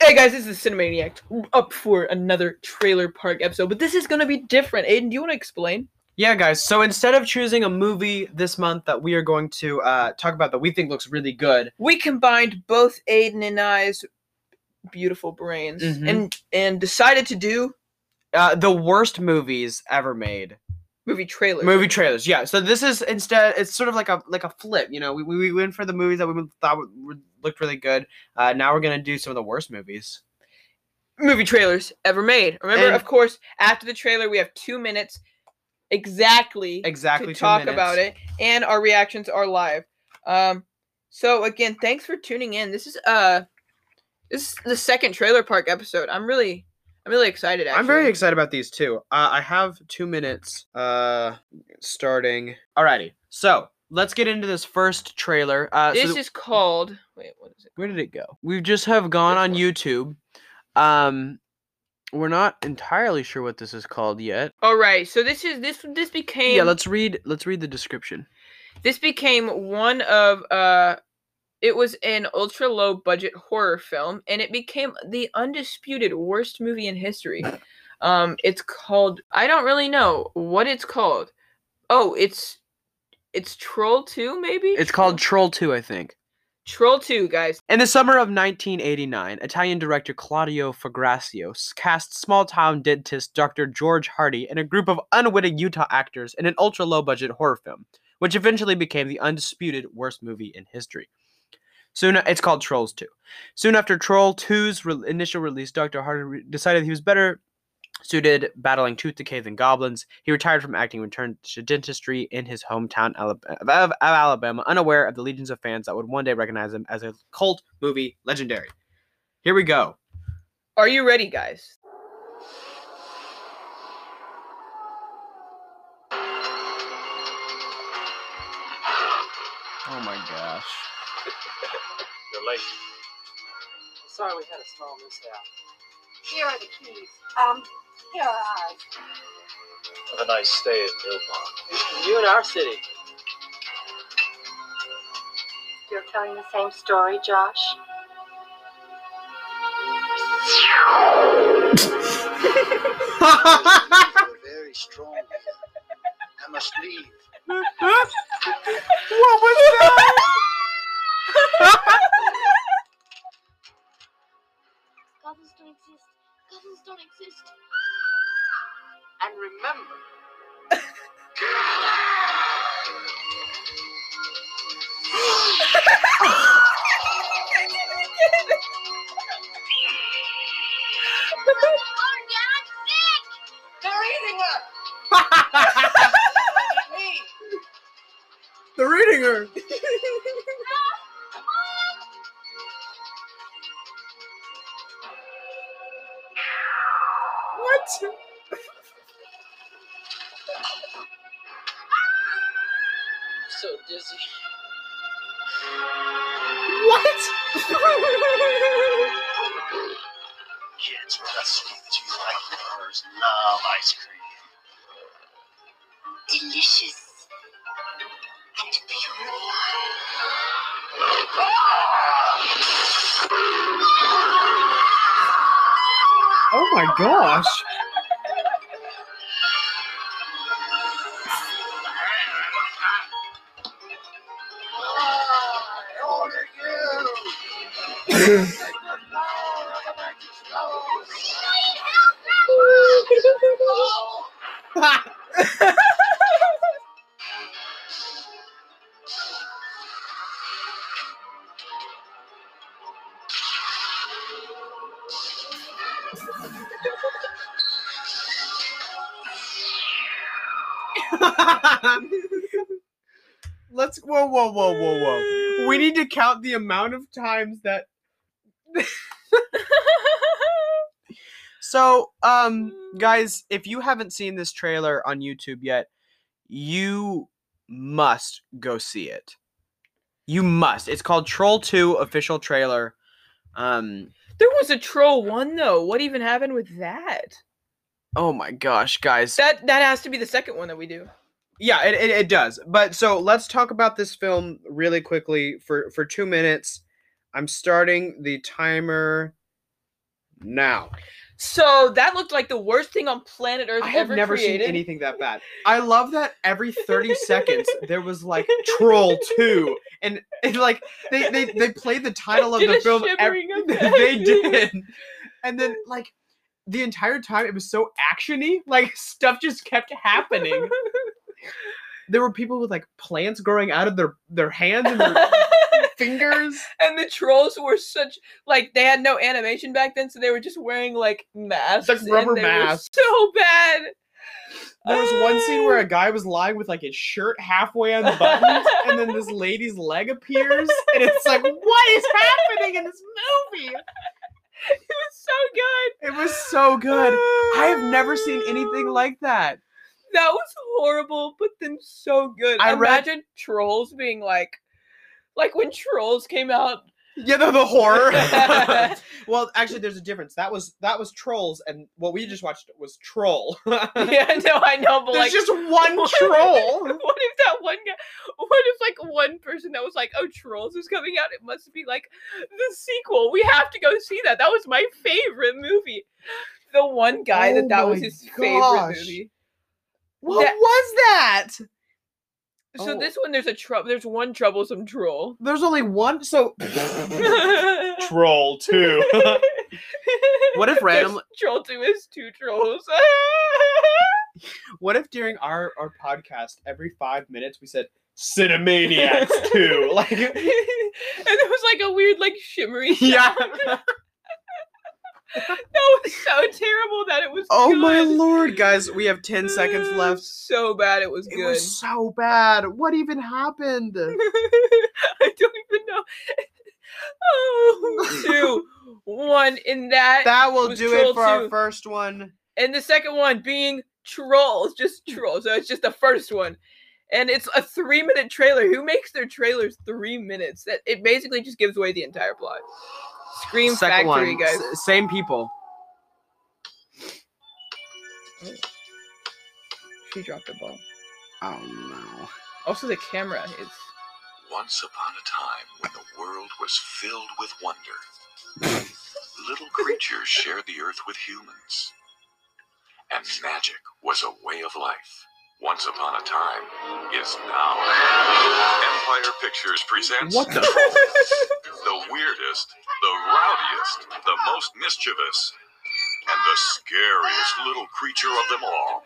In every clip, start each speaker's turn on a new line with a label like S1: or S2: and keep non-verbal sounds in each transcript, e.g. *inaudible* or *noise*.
S1: Hey guys, this is Cinemaniac up for another trailer park episode, but this is gonna be different. Aiden, do you wanna explain?
S2: Yeah, guys. So instead of choosing a movie this month that we are going to uh, talk about that we think looks really good,
S1: We combined both Aiden and I's beautiful brains
S2: Mhm.
S1: and and decided to do
S2: uh, the worst movies ever made,
S1: movie trailers.
S2: movie trailers. Yeah. So this is instead. It's sort of like a like a flip. You know, we we, we went for the movies that we thought were, were- looked really good. Uh, now we're gonna do some of the worst movies.
S1: movie trailers ever made. Remember,
S2: And-
S1: of course, after the trailer we have two minutes exactly,
S2: Exactly.
S1: to
S2: two
S1: talk
S2: minutes.
S1: about it. And our reactions are live. Um so again, thanks for tuning in. This is uh this is the second trailer park episode. I'm really I'm really excited actually.
S2: I'm very excited about these too. Uh, I have two minutes uh, starting. Alrighty. So let's get into this first trailer. Uh, so
S1: This is called. Wait, what is it?
S2: where did it go? We just have gone
S1: This
S2: on
S1: one.
S2: YouTube. Um, we're not entirely sure what this is called yet.
S1: All right, so this is this this became
S2: yeah, let's read. Let's read the description.
S1: this became one of uh, it was an ultra low budget horror film, and it became the undisputed worst movie in history. Um, it's called I don't really know what it's called. Oh, it's it's Troll Two, maybe.
S2: It's called Troll Two, I think.
S1: Troll Two, guys.
S2: In the summer of 1989, Italian director Claudio Fagracio s- cast small town dentist Dr. George Hardy and a group of unwitting Utah actors in an ultra low budget horror film, which eventually became the undisputed worst movie in history. Soon, it's called Trolls 2. Soon after Troll 2's re- initial release, Dr. Hardy re- decided he was better suited battling tooth decay than goblins. He retired from acting and returned to dentistry in his hometown Alab- of of Alabama, unaware of the legions of fans that would one day recognize him as a cult movie legendary. Here we go.
S1: Are you ready, guys? *laughs*
S2: Oh my *laughs* gosh.
S3: You're late.
S4: Sorry we had a storm this out.
S5: Here are the keys. Um, here are ours.
S3: Have a nice stay in Millmont.
S4: You in our city.
S5: You're telling the same story, Josh.
S6: *laughs* You're very strong. I must leave.
S2: What was that?
S5: Goblins don't exist. Goblins don't exist.
S4: And remember,
S5: *laughs* They're eating us. Me.
S2: the reading room.
S4: so dizzy.
S6: Kids, we're not sitting with you like yours. Love ice *laughs* cream.
S5: Delicious. And pure.
S2: Oh my gosh.
S6: I order you.
S2: Let's whoa whoa whoa whoa whoa. We need to count the amount of times that So, um, guys, if you haven't seen this trailer on YouTube yet, you must go see it. You must. It's called Troll 2 official trailer. Um,
S1: There was a Troll One though. What even happened with that?
S2: oh my gosh, guys.
S1: That that has to be the second one that we do.
S2: Yeah, it, it, it does. But so let's talk about this film really quickly for for two minutes. I'm starting the timer now.
S1: So that looked like the worst thing on planet Earth
S2: I have
S1: ever
S2: never
S1: created.
S2: seen anything that bad. I love that every
S1: *laughs*
S2: 30 seconds there was like Troll 2 and, and like they, they they played the title of
S1: did
S2: the
S1: a
S2: film ev-
S1: shivering effect.
S2: *laughs* they did. And then like the entire time it was so actiony, like stuff just kept
S1: *laughs*
S2: happening. There were people with like plants growing out of their their hands and their
S1: *laughs*
S2: fingers.
S1: and the trolls were such like they had no animation back then, so they were just wearing like masks.
S2: Like rubber
S1: and they were
S2: masks.
S1: so bad. Ah,
S2: There was one scene where a guy was lying with like his shirt halfway unbuttoned, and then this lady's leg appears, and it's like, what is happening in this movie?
S1: it was so good.
S2: It was so good. I have never seen anything like that.
S1: That was horrible, but then so good.
S2: I read-
S1: imagine trolls being like, like when trolls came out.
S2: Yeah, the, the
S1: *laughs*
S2: horror. *laughs*
S1: yeah,
S2: well, actually, there's a difference. That was that was trolls, and what we just watched was troll. *laughs* there's
S1: no, I know, but like,
S2: just
S1: *laughs*
S2: one troll.
S1: what if that one guy? What if like one person that was like, "Oh, Trolls is coming out. It must be like the sequel. We have to go see that. That was my favorite movie." The one guy
S2: Oh
S1: that that was
S2: my
S1: his
S2: gosh.
S1: favorite movie.
S2: What
S1: That-
S2: was that?
S1: So
S2: Oh.
S1: this one, there's a trouble. There's one troublesome troll.
S2: There's only one. So *laughs*
S1: *laughs*
S6: Troll too.
S2: What if
S1: There's
S2: random-
S1: troll two is two trolls? *laughs*
S2: What if during our our podcast, every five minutes we said Cinemaniacs
S1: *laughs*
S2: too?
S1: and
S2: *laughs* Like,
S1: it was like a weird, like shimmery.
S2: *laughs* yeah.
S1: sound. that was so terrible that it was.
S2: Oh my
S1: good.
S2: lord, guys, we have ten seconds
S1: It was
S2: left.
S1: Mm, So bad it was
S2: It
S1: good.
S2: was so bad. What even happened?
S1: *laughs* I don't even know. *laughs* Oh, two, one in *laughs* that,
S2: That will
S1: was
S2: do it
S1: Troll
S2: for our
S1: 2.
S2: first one.
S1: and the second one being trolls, just
S2: Mm.
S1: trolls. So it's just the first one, and it's a three-minute trailer. Who makes their trailers three minutes? That it basically just gives away the entire plot. Scream Factory, guys.
S2: same people.
S1: She dropped the ball.
S2: Oh no.
S1: Also, the camera is.
S6: Once upon a time, when the world was filled with wonder, little creatures shared the earth with humans. And magic was a way of life. Once upon a time is now. Empire Pictures
S2: *laughs*
S6: presents *laughs*
S2: What the-
S6: the weirdest, the rowdiest, the most mischievous, and the scariest little creature of them all.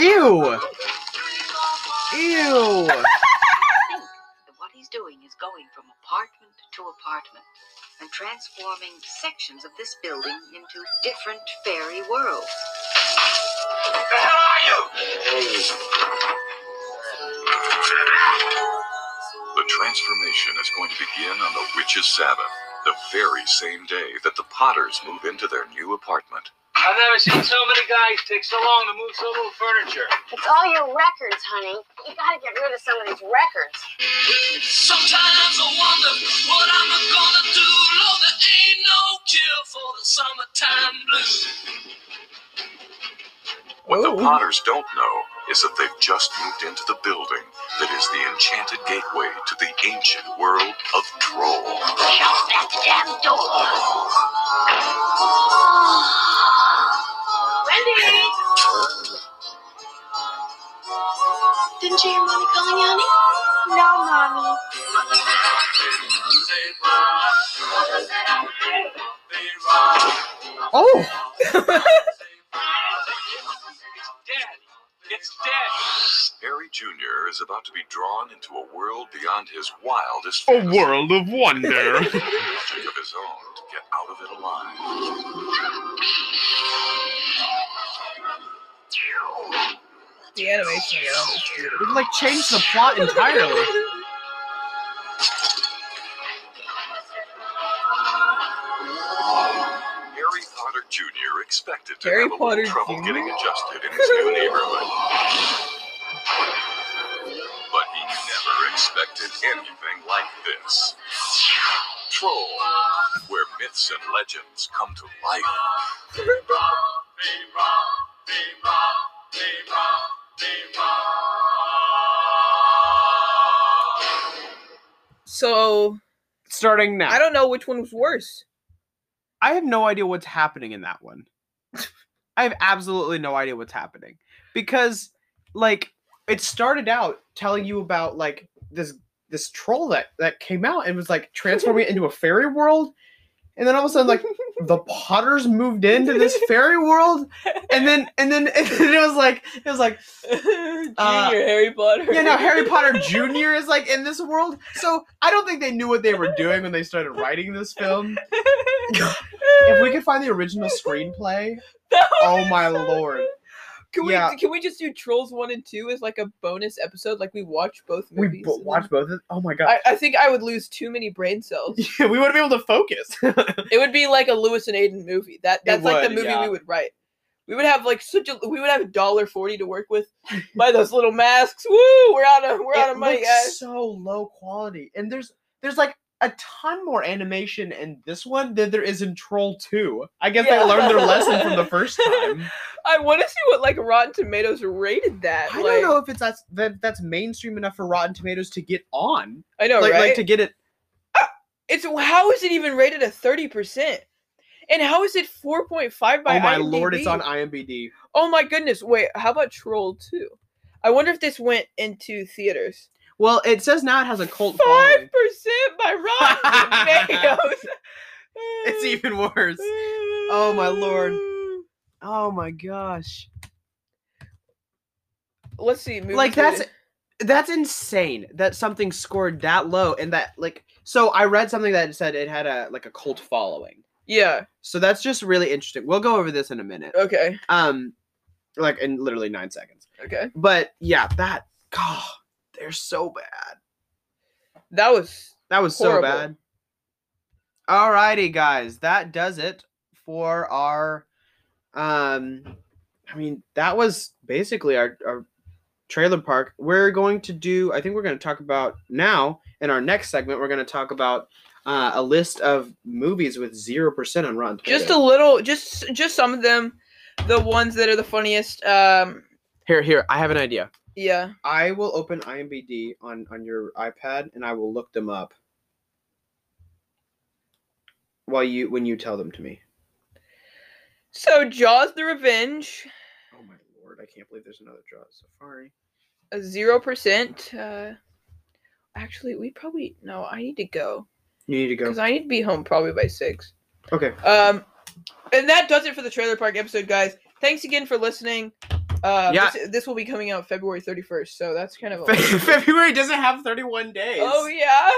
S2: Ew. Ew.
S7: And what he's doing is going from apartment to apartment and transforming sections of this building into different fairy worlds.
S6: The hell are you? The transformation is going to begin on the Witches' Sabbath, the very same day that the Potters move into their new apartment.
S4: I've never seen so many guys take so long to move so little furniture.
S8: It's all your records, honey. You gotta get rid of some of these records.
S9: Sometimes I wonder what I'm gonna do. Lord, there ain't no cure for the summertime blues.
S6: What
S2: Oh.
S6: the Potters don't know is that they've just moved into the building that is the enchanted gateway to the ancient world of Troll.
S8: Shut that damn door. Wendy! Didn't you hear mommy calling you, honey? No, mommy.
S2: Oh.
S4: It's dead.
S6: Harry Jr. is about to be drawn into a world beyond his wildest fantasies.
S10: world of
S6: *laughs*
S10: wonder.
S6: magic of his own to get out of it alive.
S1: The animation.
S2: We've like changed the plot entirely.
S6: Harry Potter Jr. expected to
S1: Harry
S6: have a little
S1: Potter
S6: trouble
S1: Jr.?
S6: getting adjusted in his new neighborhood. But he never expected anything like this. Troll, where myths and legends come to life.
S1: So
S2: Starting now.
S1: I don't know which one was worse.
S2: I have no idea what's happening in that one. I have absolutely no idea what's happening because like it started out telling you about like this this troll that that came out and was like transforming it into a fairy world and then all of a sudden like the potters moved into this fairy world and then and then *laughs* and then it was like it was like
S1: *laughs* Junior
S2: Uh,
S1: Harry Potter.
S2: yeah, no, Harry Potter Jr. is like in this world. So I don't think they knew what they were doing when they started writing this film. If we could find the original screenplay,
S1: That would *laughs*
S2: oh
S1: be
S2: my
S1: so
S2: lord.
S1: good. Can we
S2: Yeah.
S1: can we just do Trolls One and Two as like a bonus episode? Like we watch both
S2: We
S1: movies.
S2: bo-
S1: and then-
S2: watched both of them. Oh my god.
S1: I, I think I would lose too many brain cells.
S2: *laughs* Yeah, we wouldn't be able to focus.
S1: *laughs* it would be like a Lewis and Aiden movie. That that's like the
S2: would,
S1: movie
S2: yeah.
S1: we would write. We would have like such a we would have a dollar forty to work
S2: *laughs*
S1: with. Buy those little masks. Woo! We're out of we're out
S2: It
S1: of money,
S2: looks
S1: guys.
S2: so low quality. And there's there's like a ton more animation in this one than there is in Troll 2. I guess
S1: Yeah.
S2: they learned their lesson from
S1: *laughs*
S2: the first time.
S1: I want to see what like Rotten Tomatoes rated that.
S2: I
S1: like-
S2: don't know if it's that's that, that's mainstream enough for Rotten Tomatoes to get on.
S1: I know,
S2: like,
S1: Oh, right?
S2: like to get it.
S1: It's how is it even rated at thirty percent? And how is it four point five by
S2: oh my lord, it's
S1: IMDb?
S2: on IMDb.
S1: Oh my goodness! Wait, how about Troll Two? I wonder if this went into theaters.
S2: Well, it says now it has a cult
S1: Five
S2: following. *laughs*
S1: percent by Rotten Tomatoes.
S2: It's even worse.
S1: Oh
S2: my lord. Oh my gosh,
S1: Let's see. Movie
S2: like that's
S1: rating.
S2: that's insane that something scored that low and that like. So I read something that said it had a like a cult following.
S1: yeah.
S2: So that's just really interesting. We'll go over this in a minute.
S1: Okay.
S2: Um, like in literally nine seconds.
S1: Okay.
S2: But yeah, that. God, they're so bad.
S1: That was
S2: That was
S1: Horrible.
S2: so bad. Alrighty, guys, that does it for our. Um, I mean, that was basically our, our trailer park. We're going to do. I think we're going to talk about now in our next segment. We're going to talk about uh, a list of movies with zero percent on Rotten.
S1: just a
S2: Tomatoes.
S1: little. Just just some of them, the ones that are the funniest. Um.
S2: here, here. I have an idea.
S1: Yeah.
S2: I will open IMDb on on your iPad and I will look them up. While you when you tell them to me.
S1: So Jaws: The Revenge,
S2: Oh my lord, I can't believe there's another Jaws Safari.
S1: a zero percent. Uh, actually, we probably no. I need to go
S2: You need to go.
S1: because I need to be home probably by six. *laughs*
S2: Okay.
S1: Um, and that does it for the trailer park episode, guys. Thanks again for listening. Uh,
S2: Yeah.
S1: this, this will be coming out February thirty first, so that's kind of a
S2: *laughs* February doesn't have 31
S1: *laughs*
S2: days.
S1: oh yeah,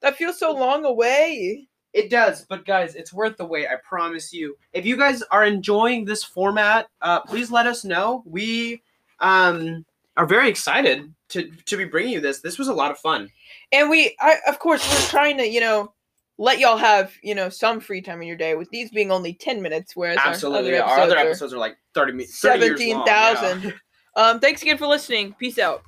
S1: that feels so long away.
S2: It does, but guys, it's worth the wait. I promise you. If you guys are enjoying this format, uh, please let us know. We um, are very excited to to be bringing you this. This was a lot of fun.
S1: And we, I, of course, we're trying to you know let y'all have you know some free time in your day with these being only ten minutes, whereas
S2: Absolutely,
S1: our other
S2: our other
S1: are-
S2: episodes are like 30 mi- 30 years long, yeah.
S1: 17,000. Um, thanks again for listening. Peace out.